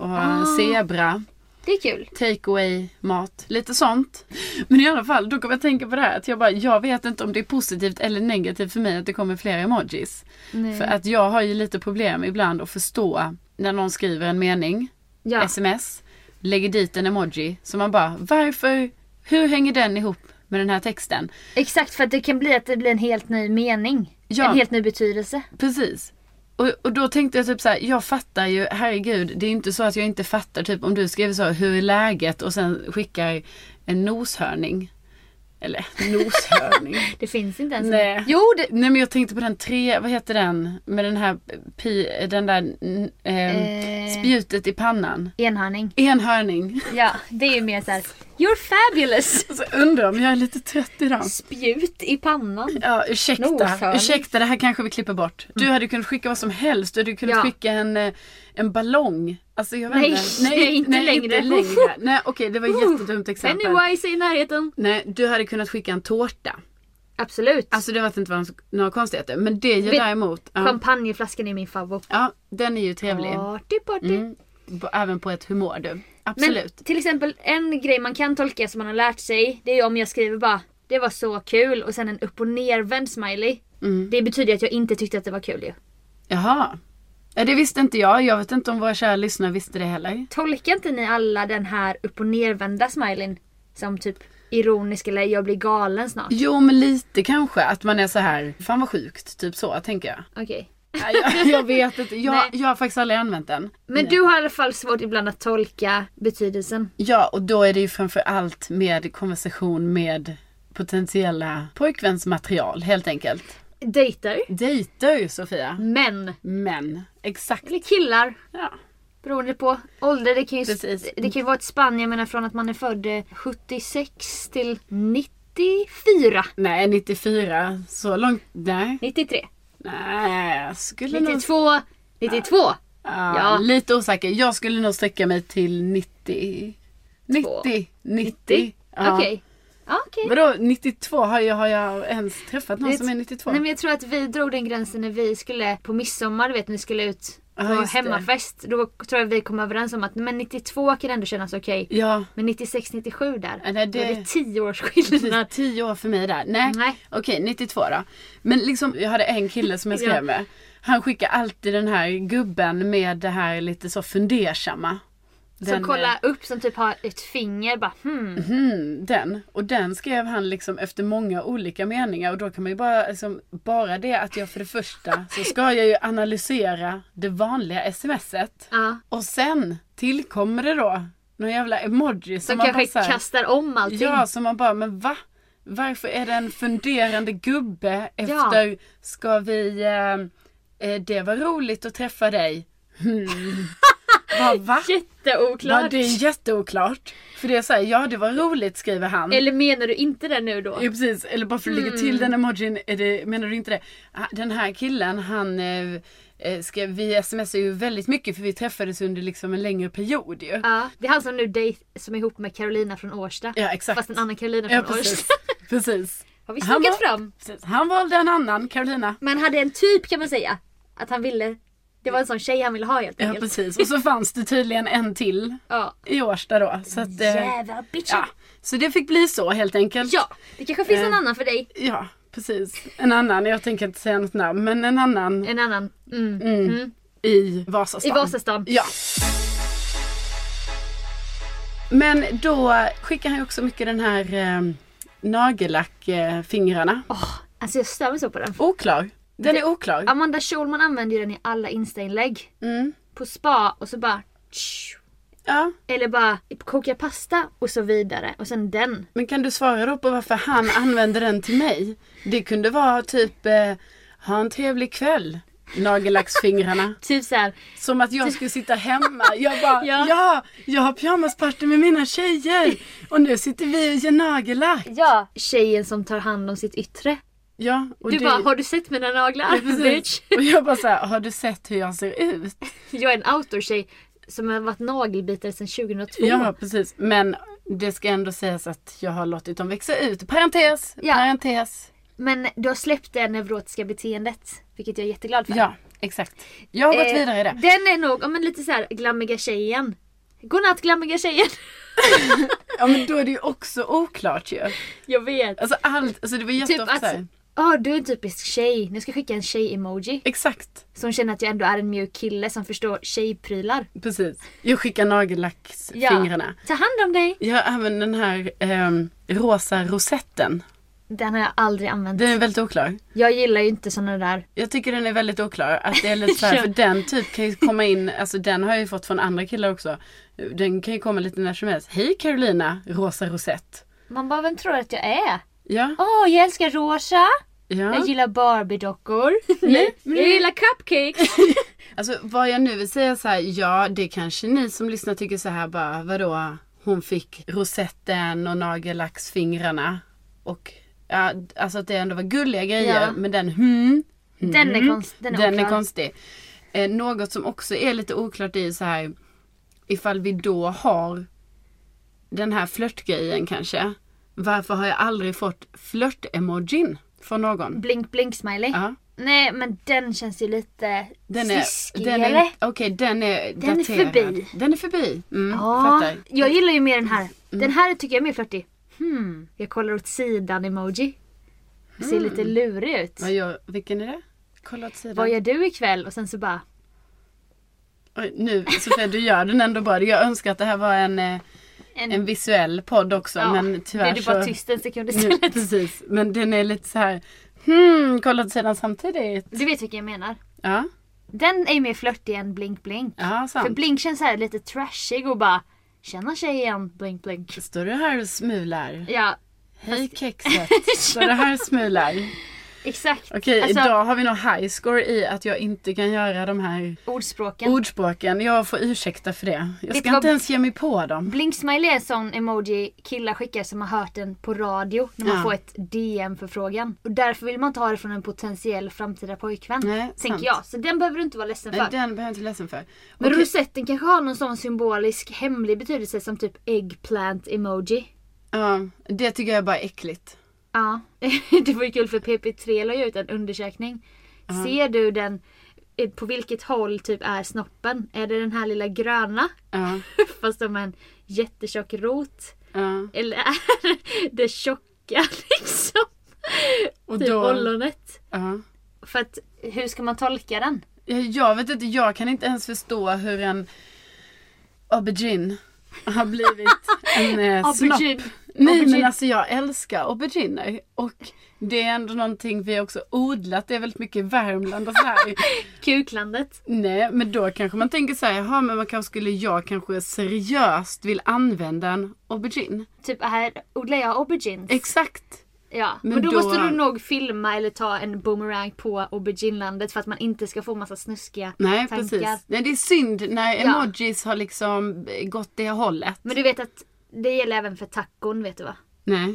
och
Ah.
en zebra.
Det är kul.
Takeaway mat, lite sånt. Men i alla fall, då kommer jag tänka på det här att jag bara, jag vet inte om det är positivt eller negativt för mig att det kommer fler emojis. För att jag har ju lite problem ibland att förstå när någon skriver en mening,
Ja.
sms, lägger dit en emoji. Så man bara, varför, hur hänger den ihop med den här texten?
Exakt för att det kan bli att det blir en helt ny mening.
Ja.
En helt ny betydelse.
Precis. Och, och då tänkte jag typ så här, jag fattar ju, herregud, det är inte så att jag inte fattar typ om du skriver så, här, hur är läget? Och sen skickar en noshörning. Eller (laughs)
(laughs)
noshörning.
Det finns inte ens
Nej.
Jo det...
Nej men jag tänkte på den tre, vad heter den? Med den här pi, den där n- ehm,
Eh.
spjutet i pannan.
Enhörning.
Enhörning. (laughs)
Ja, det är ju mer såhär You're (laughs) fabulous!
Alltså undrar om jag är lite trött idag.
Spjut i pannan.
Ja, ursäkta.
Noshörning.
Ursäkta, det här kanske vi klipper bort. Du hade kunnat skicka vad som helst. Du hade kunnat
Mm. Ja.
skicka en, eh, en ballong. Alltså, jag vet
Nej,
inte.
nej, inte längre.
Inte längre.
(laughs)
nej, okej, det var ett jättedumt exempel.
Pennywise är i närheten.
Nej, du hade kunnat skicka en tårta.
Absolut.
Alltså det var inte var några konstigheter. Men det är ju
Vi-
däremot. Ja,
Champagneflaskan är min favorit. Mm,
ja, den är ju trevlig.
Party party.
B- Även på ett humör du.
Men
Absolut.
till exempel en grej man kan tolka som man har lärt sig det är ju om jag skriver bara det var så kul och sen en upp och nervänd smiley.
Mm.
Det betyder att jag inte tyckte att det var kul ju.
Jaha. Ja, det visste inte jag. Jag vet inte om våra kära lyssnare visste det heller.
Tolkar inte ni alla den här upp och nervända smileyn som typ ironisk eller jag blir galen snart?
Jo, men lite kanske. Att man är så här, fan vad sjukt. Typ så, tänker jag.
Okej.
Nej, (laughs) jag, jag vet inte.
Nej.
Jag, jag har faktiskt aldrig använt den.
(laughs) Men du har i alla fall svårt ibland att tolka betydelsen.
Ja, och då är det ju framför allt med konversation med potentiella pojkvänsmaterial helt enkelt.
Dejter.
Dejter, Sofia.
Män.
Men, exakt.
Eller killar.
Ja.
Beroende på ålder. Det kan ju,
Precis.
det kan ju vara ett spann, jag menar från att man är född eh, 76 till 94.
Nej, 94. Så långt. Nej.
93.
Nej, jag skulle nog...
92. 92.
Ja,
Ja.
Lite osäker. Jag skulle nog sträcka mig till 90. 90. 90.
Okej.
Ja.
Ja, okej.
Vadå 92? Har jag, har jag ens träffat någon
Det-
som är 92?
Nej men jag tror att vi drog den gränsen när vi skulle på midsommar, du vet när vi skulle ut på
Ja, just det.
hemmafest. Då tror jag vi kom överens om att men 92 kan ändå kännas okej.
Ja.
Men 96, 97 där.
Ja, nej,
Då är
det-
det 10 års
Precis,
skillnad.
10 år för mig där. Nej.
Nej.
Okej, 92 då. Men liksom, jag hade en kille som jag skrev
Ja.
med. Han skickar alltid den här gubben med det här lite så fundersamma.
Som kollar
eh,
upp som typ har ett finger bara hmm.
Mm, den. Och den skrev han liksom efter många olika meningar och då kan man ju bara, liksom, bara det att jag för det första så ska jag ju analysera det vanliga smset
Ja.
och sen tillkommer det då någon jävla emoji
Som
som man
kanske
bara så här,
kastar om allting.
Ja, som man bara, men va? Varför är det en funderande gubbe
Ja.
efter, ska vi, eh, eh, det var roligt att träffa dig.
(laughs)
Hmm. Va, va? Ja,
Jätteoklart.
det är jätteoklart. För det är såhär, ja det var roligt skriver han.
Eller Mm. menar du inte det nu då?
Ja, precis, eller bara för att lägga till den emojin, är det, menar du inte det? Ah, Den här killen han eh, eh, skrev, vi smsar ju väldigt mycket för vi träffades under liksom en längre period ju.
Ja, det är han som nu dejt, som är ihop med Carolina från Årsta.
Ja exakt.
Fast en annan Carolina
ja,
från
precis.
Årsta.
precis.
(laughs) Har vi
Han
snackat
var-
fram?
precis. Han valde en annan, Carolina.
Men hade en typ kan man säga. Att han ville. Det var en sån tjej han ville ha helt
Ja
enkelt.
precis, och så fanns det tydligen en till
Ja.
i Årsta då. Så, att, eh,
Jävla bitchen.
ja.
Ja.
så det fick bli så helt enkelt.
det kanske finns
Eh.
en annan för dig.
Ja, precis. En annan, jag tänker inte säga något namn, men en annan
En annan. Mm.
i
I
Vasastan.
Vasastan.
Ja. Men då skickar han ju också mycket den här eh, nagellackfingrarna. Eh, fingrarna.
Alltså jag stör mig så på den.
Oklar. Den är oklar.
Amanda Schulman använder ju den i alla instainlägg.
Mm.
På spa och så bara tsch.
Ja.
Eller bara koka pasta och så vidare. Och sen den.
Men kan du svara då på varför han använder den till mig? Det kunde vara typ eh, ha en trevlig kväll. Nagellacksfingrarna.
Typ såhär.
Som att jag skulle sitta hemma. Jag bara,
Ja.
ja. jag har pyjamasparty med mina tjejer. Och nu sitter vi och gör nagellack.
Ja. Tjejen som tar hand om sitt yttre.
Ja, och
Du
det-
bara, har du sett mina naglar?
Ja, precis.
(laughs) Bitch.
Och jag bara så här, har du sett hur jag ser ut?
Jag är en outdoor-tjej som har varit nagelbitare sedan 2002.
Ja, precis. Men det ska ändå sägas att jag har låtit dem växa ut. Parentes,
Ja.
parentes.
Men du har släppt det neurotiska beteendet. Vilket jag är jätteglad för.
Ja, exakt. Jag har gått
Eh,
vidare i det.
Den är nog, ja, men lite så här glammiga tjejen. Godnatt glammiga tjejen. (laughs)
Ja, men då är det ju också oklart ju.
Jag vet.
Alltså allt, alltså det var
Typ
jätteofta
att,
så här.
ja du är en typisk tjej. Nu ska jag skicka en tjej-emoji.
Exakt,
Som känner att jag ändå är en mjuk kille som förstår tjejprylar.
precis. Jag skickar nagellacksfingrarna.
Ta hand om dig.
Jag har även den här ehm, rosa rosetten.
Den har jag aldrig använt.
Den är väldigt oklar.
Jag gillar ju inte såna där.
Jag tycker den är väldigt oklar. Att det är lite så här,
(laughs) Ja.
för den typ kan ju komma in, alltså den har jag ju fått från andra killar också. Den kan ju komma lite när som helst. Hej Carolina, rosa rosett.
Man bara, vem tror du att jag är?
Ja,
Åh, jag älskar rosa.
ja.
Jag gillar Barbie-dockor.
(laughs)
jag gillar cupcakes.
Alltså vad jag nu vill säga så här, ja det kanske ni som lyssnar tycker så här bara, vadå? Hon fick rosetten och nagellacksfingrarna. Och ja, alltså att det ändå var gulliga grejer.
Ja.
Men den hmm,
Den är konstig. Den är,
den är
oklar.
konstig. Eh, något som också är lite oklart är så här ifall vi då har den här flörtgrejen kanske. Varför har jag aldrig fått flört-emojin från någon?
Blink blink smiley.
Ja.
Nej men den känns ju lite
Den är,
sliskigare.
den är, Mm, okej den är
Den är
daterad.
förbi.
Den är förbi. Mm,
ja,
fattar. Mm.
jag gillar ju mer den här. Den här tycker jag är mer flörtig. Hmm, jag kollar åt sidan emoji. Ser lite lurig ut.
Vad gör, vilken är Mm. det? Kolla åt sidan.
Vad gör du ikväll? Och sen så bara
Oj, nu Sofia, du gör den ändå bra. Jag önskar att det här var en, eh,
en,
en visuell podd också
ja,
men tyvärr
Blev du
så...
bara tyst en sekund
(laughs) nu,
istället?
precis. Men den är lite så här. Hmm, kolla åt sidan samtidigt.
Du vet vilken jag menar.
Ja,
Den är ju mer flörtig än Blink Blink.
ja
För
sant.
Blink känns så här lite trashig och bara Tjena tjejen, blink blink.
Står du här och smular? (laughs)
Ja,
Hej kexet. Står du här och smular?
(laughs) exakt.
Okej,
Alltså-
idag har vi nog high score i att jag inte kan göra de här
Ordspråken.
ordspråken. Jag får ursäkta för det. Jag
du
ska
vad-
inte ens ge mig på dem.
Blink-smiley är en sån emoji killar skickar som har hört den på radio när man
Ja.
får ett DM-förfrågan. Och därför vill man ta det från en potentiell framtida pojkvän.
Nej,
tänker
sant.
jag. Så den behöver du inte vara ledsen
Nej, den
för.
behöver jag inte ledsen för.
Men
Okej.
rosetten kanske har någon sån symbolisk hemlig betydelse som typ eggplant-emoji.
Ja, det tycker jag bara är äckligt.
Ja, (laughs) det var ju kul för PP3 la ju ut en undersökning. Ser du den, eh, på vilket håll typ är snoppen? Är det den här lilla gröna?
Ja,
(laughs) Fast som en jättetjock rot?
ja.
Eller är (laughs) det tjocka (laughs) liksom?
Och
typ ollonet?
ja.
För att hur ska man tolka den?
Ja, Jag vet inte, jag kan inte ens förstå hur en aubergine har
(laughs)
blivit en eh, snopp.
Aubergine.
Nej men
Aubergine.
alltså jag älskar auberginer och det är ändå någonting vi har också odlat, det är väldigt mycket i Värmland och så här.
Kuklandet.
Nej men då kanske man tänker så här, jaha men man kanske skulle jag kanske seriöst vill använda en aubergine.
Typ här odlar jag aubergines.
Exakt.
ja. Men,
men
då,
då-
måste du nog filma eller ta en boomerang på auberginelandet för att man inte ska få massa snuskiga
Nej
tankar.
precis. Nej det är synd när
Ja.
emojis har liksom eh, gått det hållet.
Men du vet att det gäller även för tacon vet du va?
Nej.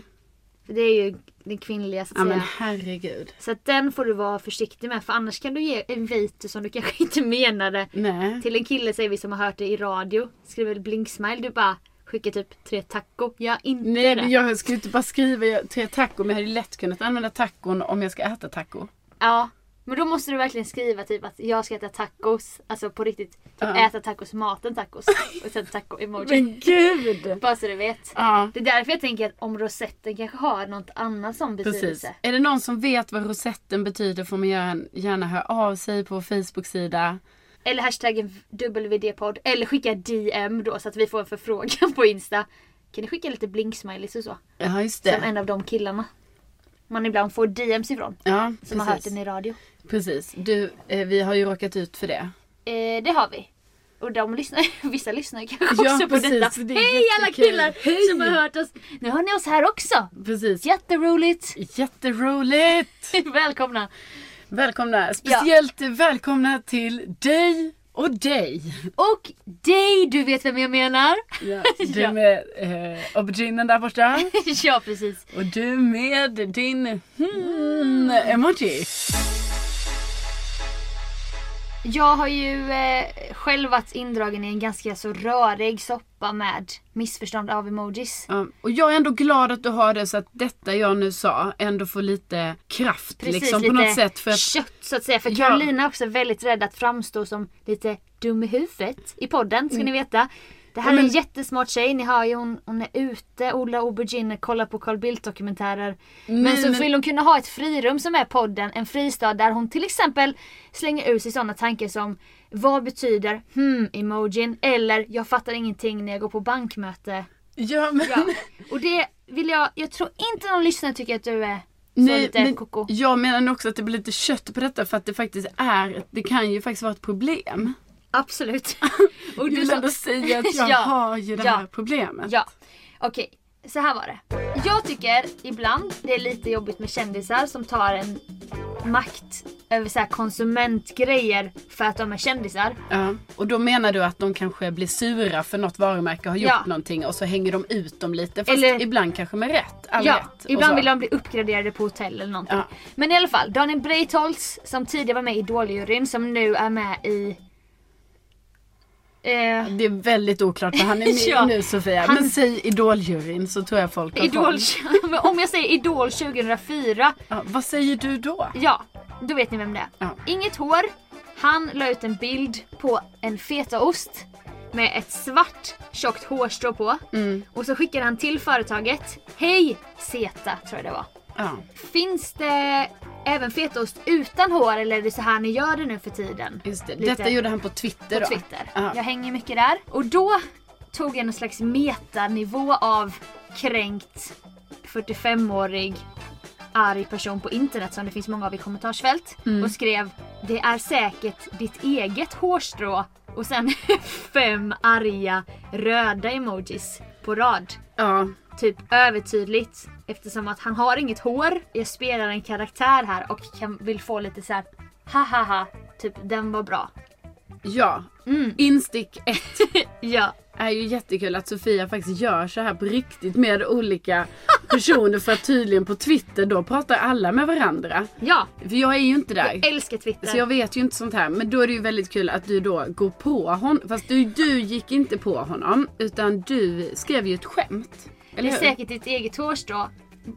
För det är ju den kvinnliga så att
Ja men
säga.
herregud.
Så att den får du vara försiktig med för annars kan du ge en vit som du kanske (laughs) inte menade.
Nej.
Till en kille säger vi som har hört det i radio. Skriver blinksmile. Du bara skickar typ tre taco. Jag inte
Nej
det.
men jag skulle inte bara skriva jag- tre taco men jag hade ju lätt kunnat använda tacon om jag ska äta taco.
Ja. Men då måste du verkligen skriva typ att jag ska äta tacos. Alltså på riktigt. Typ äta tacos, maten tacos. Och sen taco-emoji.
gud!
Bara så du vet.
Ja.
Det är därför jag tänker att om rosetten kanske har något annat som
Precis.
betydelse.
Är det någon som vet vad rosetten betyder får man gärna- gärna höra av sig på vår Facebook-sida.
Eller hashtaggen WD-podd. Eller skicka DM då så att vi får en förfrågan på Insta. Kan ni skicka lite blink-smileys och så?
Ja just
Som en av de killarna. Man ibland får DMs ifrån.
Ja,
Som har hört den i radio.
Precis. Du, eh, vi har ju råkat ut för det.
Eh, det har vi. Och de lyssnar, (laughs) vissa lyssnar ju kanske
Ja,
också på
precis,
detta.
det är
Hej alla
jättekul.
killar
Hej!
som har hört oss. Nu har ni oss här också.
Precis.
Jätteroligt. (laughs)
Jätteroligt!
Välkomna.
Välkomna! Speciellt välkomna till dig och dig.
Och dig, du vet vem jag menar.
(laughs)
(laughs)
Du med eh, auberginen där borta.
ja precis.
Och du med din hmm,
Mm.
emoji.
Jag har ju eh, själv varit indragen i en ganska så rörig soppa med missförstånd av emojis.
Ja, och jag är ändå glad att du har det så att detta jag nu sa ändå får lite kraft
Precis,
liksom
lite
på något sätt. För att,
kött så att säga. För
Ja.
Carolina är också väldigt rädd att framstå som lite dum i huvudet i podden ska ni veta. Det här
Mm. Ja,
är
men-
en jättesmart tjej, ni hör ju hon, hon är ute, odlar aubergine, kollar på Carl Bildt dokumentärer. men så
Mm, men-
vill hon kunna ha ett frirum som är podden, en fristad där hon till exempel slänger ut sig sådana tankar som Vad betyder hmm emojin? Eller jag fattar ingenting när jag går
(laughs)
på bankmöte.
ja, men,
Ja. Och det vill jag, jag tror inte någon lyssnare tycker att du är så
(laughs) nej,
lite
men
koko.
jag menar nog också att det blir lite kött på detta för att det faktiskt är, det kan ju faktiskt vara ett problem. (laughs)
Absolut. Och
Jag
du
vill
sa-
ändå säga
(laughs)
att jag
Ja.
har ju det
Ja.
här problemet.
Ja, okej. Så här var det. Jag tycker ibland det är lite jobbigt med kändisar som tar en makt över så här konsumentgrejer för att de är kändisar.
Ja. Och då menar du att de kanske blir sura för något varumärke har gjort
Ja.
någonting och så hänger de ut dem lite. Fast
Eller-
ibland kanske med rätt. All
ja,
rätt och
ibland
så.
vill de bli uppgraderade på hotell eller någonting.
Ja.
Men i alla fall, Daniel Breitholtz som tidigare var med i Idoljuryn som nu är med i... Eh,
Det är väldigt oklart vad
(laughs)
han är med
Ja.
i nu Sofia.
Han-
Men säg idoljuryn så tror jag folk har
Idol,
koll.
Men (laughs) om jag säger Idol 2004
Ja, vad säger du då?
Ja, då vet ni vem det är.
Ja.
Inget hår. Han la ut en bild på en fetaost med ett svart tjockt
Mm.
hårstrå på. Och så skickade han till företaget. Hej Zeta tror jag det var.
Ja.
Finns det även fetaost utan hår eller är det så här ni gör det nu för tiden?
Just det.
Lite
Detta gjorde han på Twitter
på
då.
Twitter.
Ja.
Jag hänger mycket där. Och då tog jag någon slags metanivå av kränkt 45-årig arg person på internet som det finns många av i kommentarsfält
Mm.
och skrev Det är säkert ditt eget hårstrå och sen (laughs) fem arga röda emojis på rad
Ja.
typ övertydligt eftersom att han har inget hår. Jag spelar en karaktär här och kan, vill få lite så här ha ha ha, typ den var bra.
ja.
Mm.
Instick 1
Ja,
är ju jättekul att Sofia faktiskt gör så här på riktigt med olika personer för att tydligen på Twitter då pratar alla med varandra.
ja,
För jag är ju inte där.
älskar Twitter.
Så jag vet ju inte sånt här. Men då är det ju väldigt kul att du då går på honom. Fast du, du gick inte på honom. Utan du skrev ju ett skämt.
det
Eller
är
hur?
säkert ditt eget hårstrå.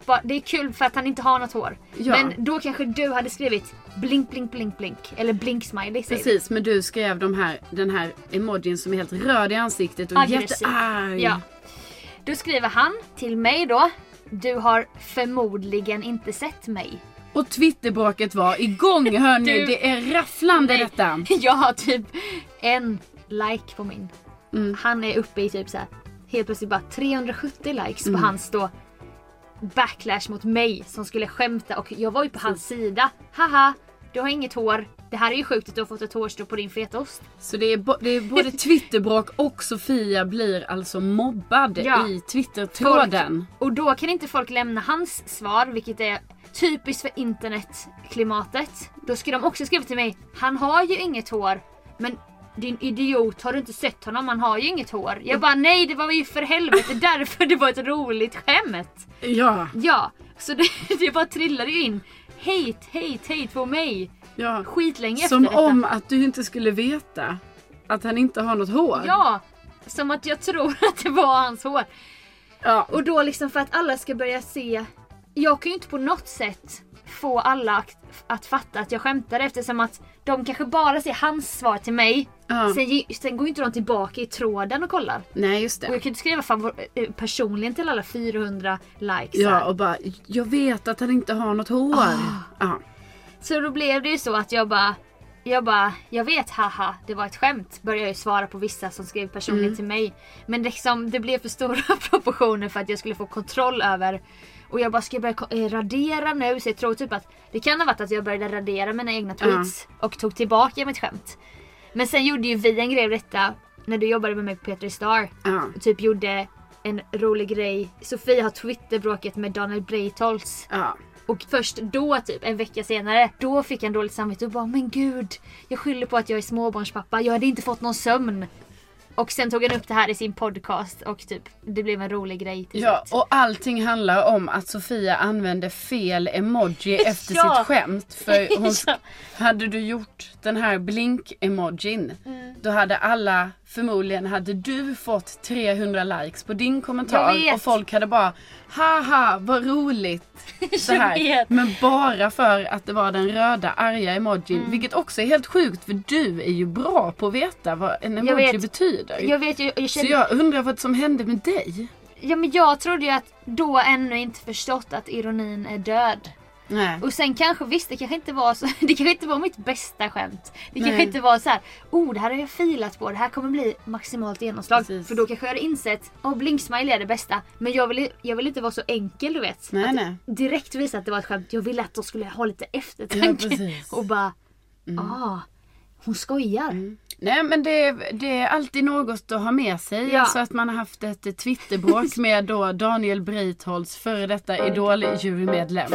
Ba- Det är kul för att han inte har något hår.
Ja.
Men då kanske du hade skrivit blink blink blink blink eller blink smiley säger vi.
Precis, men du skrev de här, den här emojin som är helt röd i ansiktet och
Aggressiv.
jättearg.
Ja. Då skriver han till mig då. Du har förmodligen inte sett mig.
Och twitterbråket var igång hörni.
Du-
Det är rafflande
Nej.
detta.
(laughs) Jag har typ en like på min. Han är uppe i typ så här, helt plötsligt bara 370 likes på hans då backlash mot mig som skulle skämta och jag var ju på hans sida. Haha, du har inget hår. Det här är ju sjukt att du har fått ett hårstrå på din fetaost.
Så det är, bo- det är
(laughs)
både twitterbråk och Sofia blir alltså mobbad
Ja.
i twittertråden.
Och då kan inte folk lämna hans svar vilket är typiskt för internetklimatet. Då skulle de också skriva till mig, han har ju inget hår. Men din idiot, har du inte sett honom? Han har ju inget hår. Jag bara nej det var ju för helvete (laughs) därför det var ett roligt skämt.
Ja,
Ja, så det, (laughs) det bara trillade ju in hate, hate, hate på mig.
ja.
Skitlänge
Som
efter detta.
om att du inte skulle veta att han inte har något hår.
Ja, som att jag tror att det var hans hår.
Ja.
Och då liksom för att alla ska börja se. Jag kan ju inte på något sätt få alla att, att fatta att jag skämtar eftersom att de kanske bara ser hans svar till mig.
Ja.
Sen, ge- sen går ju inte de tillbaka i tråden och kollar.
Nej just
Och
det.
jag kan ju inte skriva favor- eh, personligen till alla 400 likes.
Ja
här.
och bara, jag vet att han inte har något hår.
Ah.
Ja.
Så då blev det ju så att jag bara jag bara, jag vet haha, det var ett skämt. Började jag ju svara på vissa som skrev personligen till mig. Men liksom, det blev för stora (laughs) proportioner för att jag skulle få kontroll över. Och jag bara, ska jag börja ko- eh, radera nu? Så jag tror typ att det kan ha varit att jag började radera mina egna tweets. Och tog tillbaka mitt skämt. Men sen gjorde ju vi en grej av detta. När du jobbade med mig på Peter Star.
Ja.
Typ gjorde en rolig grej. Sofie har twitterbråket med Daniel Breitholtz.
ja.
Och först då, typ en vecka senare, då fick han dåligt samvete och bara men gud, jag skyller på att jag är småbarnspappa, jag hade inte fått någon sömn. Och sen tog han upp det här i sin podcast och typ det blev en rolig grej till
Ja,
slut.
och allting handlar om att Sofia använde fel emoji efter
(laughs) Ja.
sitt skämt.
(laughs)
För hon, sk-
Ja.
hade du gjort den här blink-emojin,
Mm.
då hade alla, förmodligen hade du fått 300 likes på din
Jag
kommentar.
vet.
Och folk hade bara, haha vad roligt. Så
(laughs) Jag
här.
vet.
Men bara för att det var den röda arga emojin.
Mm.
Vilket också är helt sjukt för du är ju bra på att veta vad en emoji
vet.
betyder.
Jag vet ju, jag
Så
kände,
jag undrar vad som hände med dig?
ja men jag trodde ju att då ännu inte förstått att ironin är död.
Nej.
Och sen kanske, visst det kanske inte var så, (laughs) det kanske inte var mitt bästa skämt. Det kanske
Nej.
inte var så här, oh det här har jag filat på, det här kommer bli maximalt genomslag.
Precis.
För då kanske jag hade insett, oh blinksmiley är det bästa. Men jag ville, jag ville inte vara så enkel du vet.
Nej,
att
nej.
Direkt visa att det var ett skämt, jag ville att de skulle ha lite
Ja,
eftertanke.
precis. Mm.
och bara, ah, hon skojar.
Nej men det, det är alltid något att ha med sig.
Ja.
Alltså att man har haft ett eh, (laughs) twitterbråk med då Daniel Breitholtz, före detta Idol-jurymedlem.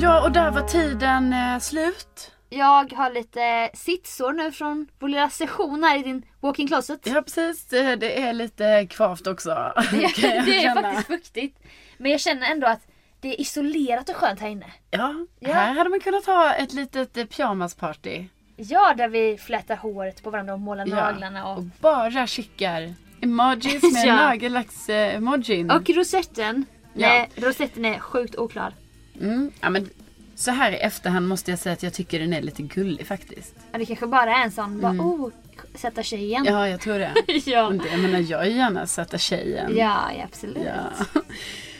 Ja och där var tiden eh, slut.
Jag har lite sitsår nu från vår lilla session här i din walking closet.
Ja precis, eh, det är lite kvavt också. (laughs) kan
Det,
jag
(laughs) det är
känna.
faktiskt fuktigt. Men jag känner ändå att det är isolerat och skönt här inne.
Ja,
Ja.
här hade man kunnat ha ett litet eh, pyjamasparty.
Ja, där vi flätar håret på varandra och målar naglarna
Ja.
och...
Och bara skickar
(laughs)
emojis med
Ja.
nagellack-emojin.
Och rosetten.
Ja.
Nej, rosetten är sjukt oklar.
Mm. Ja, men Så här i efterhand måste jag säga att jag tycker den är lite gullig faktiskt.
Ja, det kanske bara är en sån, bara oh, sätta tjejen.
Mm. Ja, jag tror det.
(laughs) ja.
Men det, jag menar, jag är gärna sätta tjejen.
ja, ja, absolut.
Ja.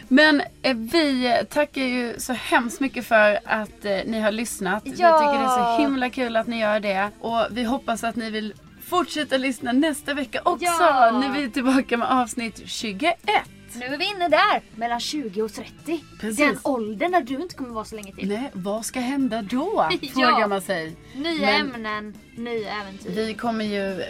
Men eh, vi tackar ju så hemskt mycket för att eh, ni har lyssnat. Vi
Ja.
tycker det är så himla kul att ni gör det. Och vi hoppas att ni vill fortsätta lyssna nästa vecka också.
Ja.
När vi är tillbaka med avsnitt 21.
Nu är vi inne där, mellan 20 och 30.
Precis.
Den åldern när du inte kommer vara så länge till.
Nej, vad ska hända då?
(laughs) Ja.
Frågar man sig.
Nya
Men-
ämnen, nya äventyr.
Vi kommer ju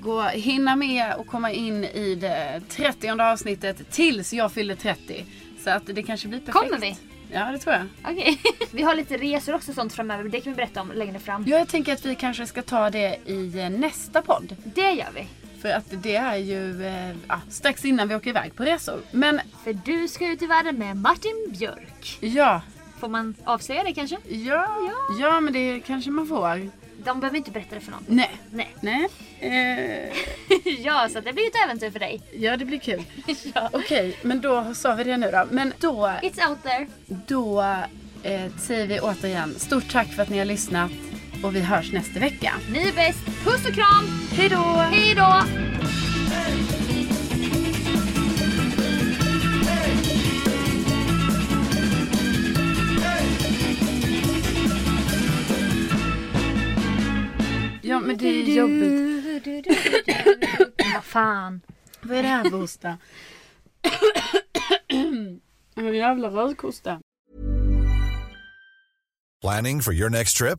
gå, hinna med och komma in i det 30 avsnittet tills jag fyller 30. Så att det kanske blir perfekt.
Kommer vi?
Ja, det tror jag.
Okej. (laughs) vi har lite resor också och sånt framöver, men det kan vi berätta om längre fram.
Ja, jag tänker att vi kanske ska ta det i eh, nästa podd.
Det gör vi.
För att det är ju eh, ja, strax innan vi åker iväg på resor. Men
För du ska ut i världen med Martin Björk.
ja,
Får man avslöja det kanske?
ja, ja men det kanske man får.
De behöver inte berätta det för någon.
Nej.
Nej.
Nej. Eh,
(laughs) ja, så att det blir ett äventyr
(laughs)
för dig.
ja, det blir kul. Okej, men då sa vi det nu då. Men då,
It's out there.
då eh, säger vi återigen stort tack för att ni har lyssnat. Och vi hörs nästa vecka.
Ni är bäst. Puss och kram!
Hej då!
Hej då!
Ja, men det är jobbigt.
(laughs) Vad fan.
Vad är det här för hosta? (coughs) En jävla rödkosta.
Planning for your next trip?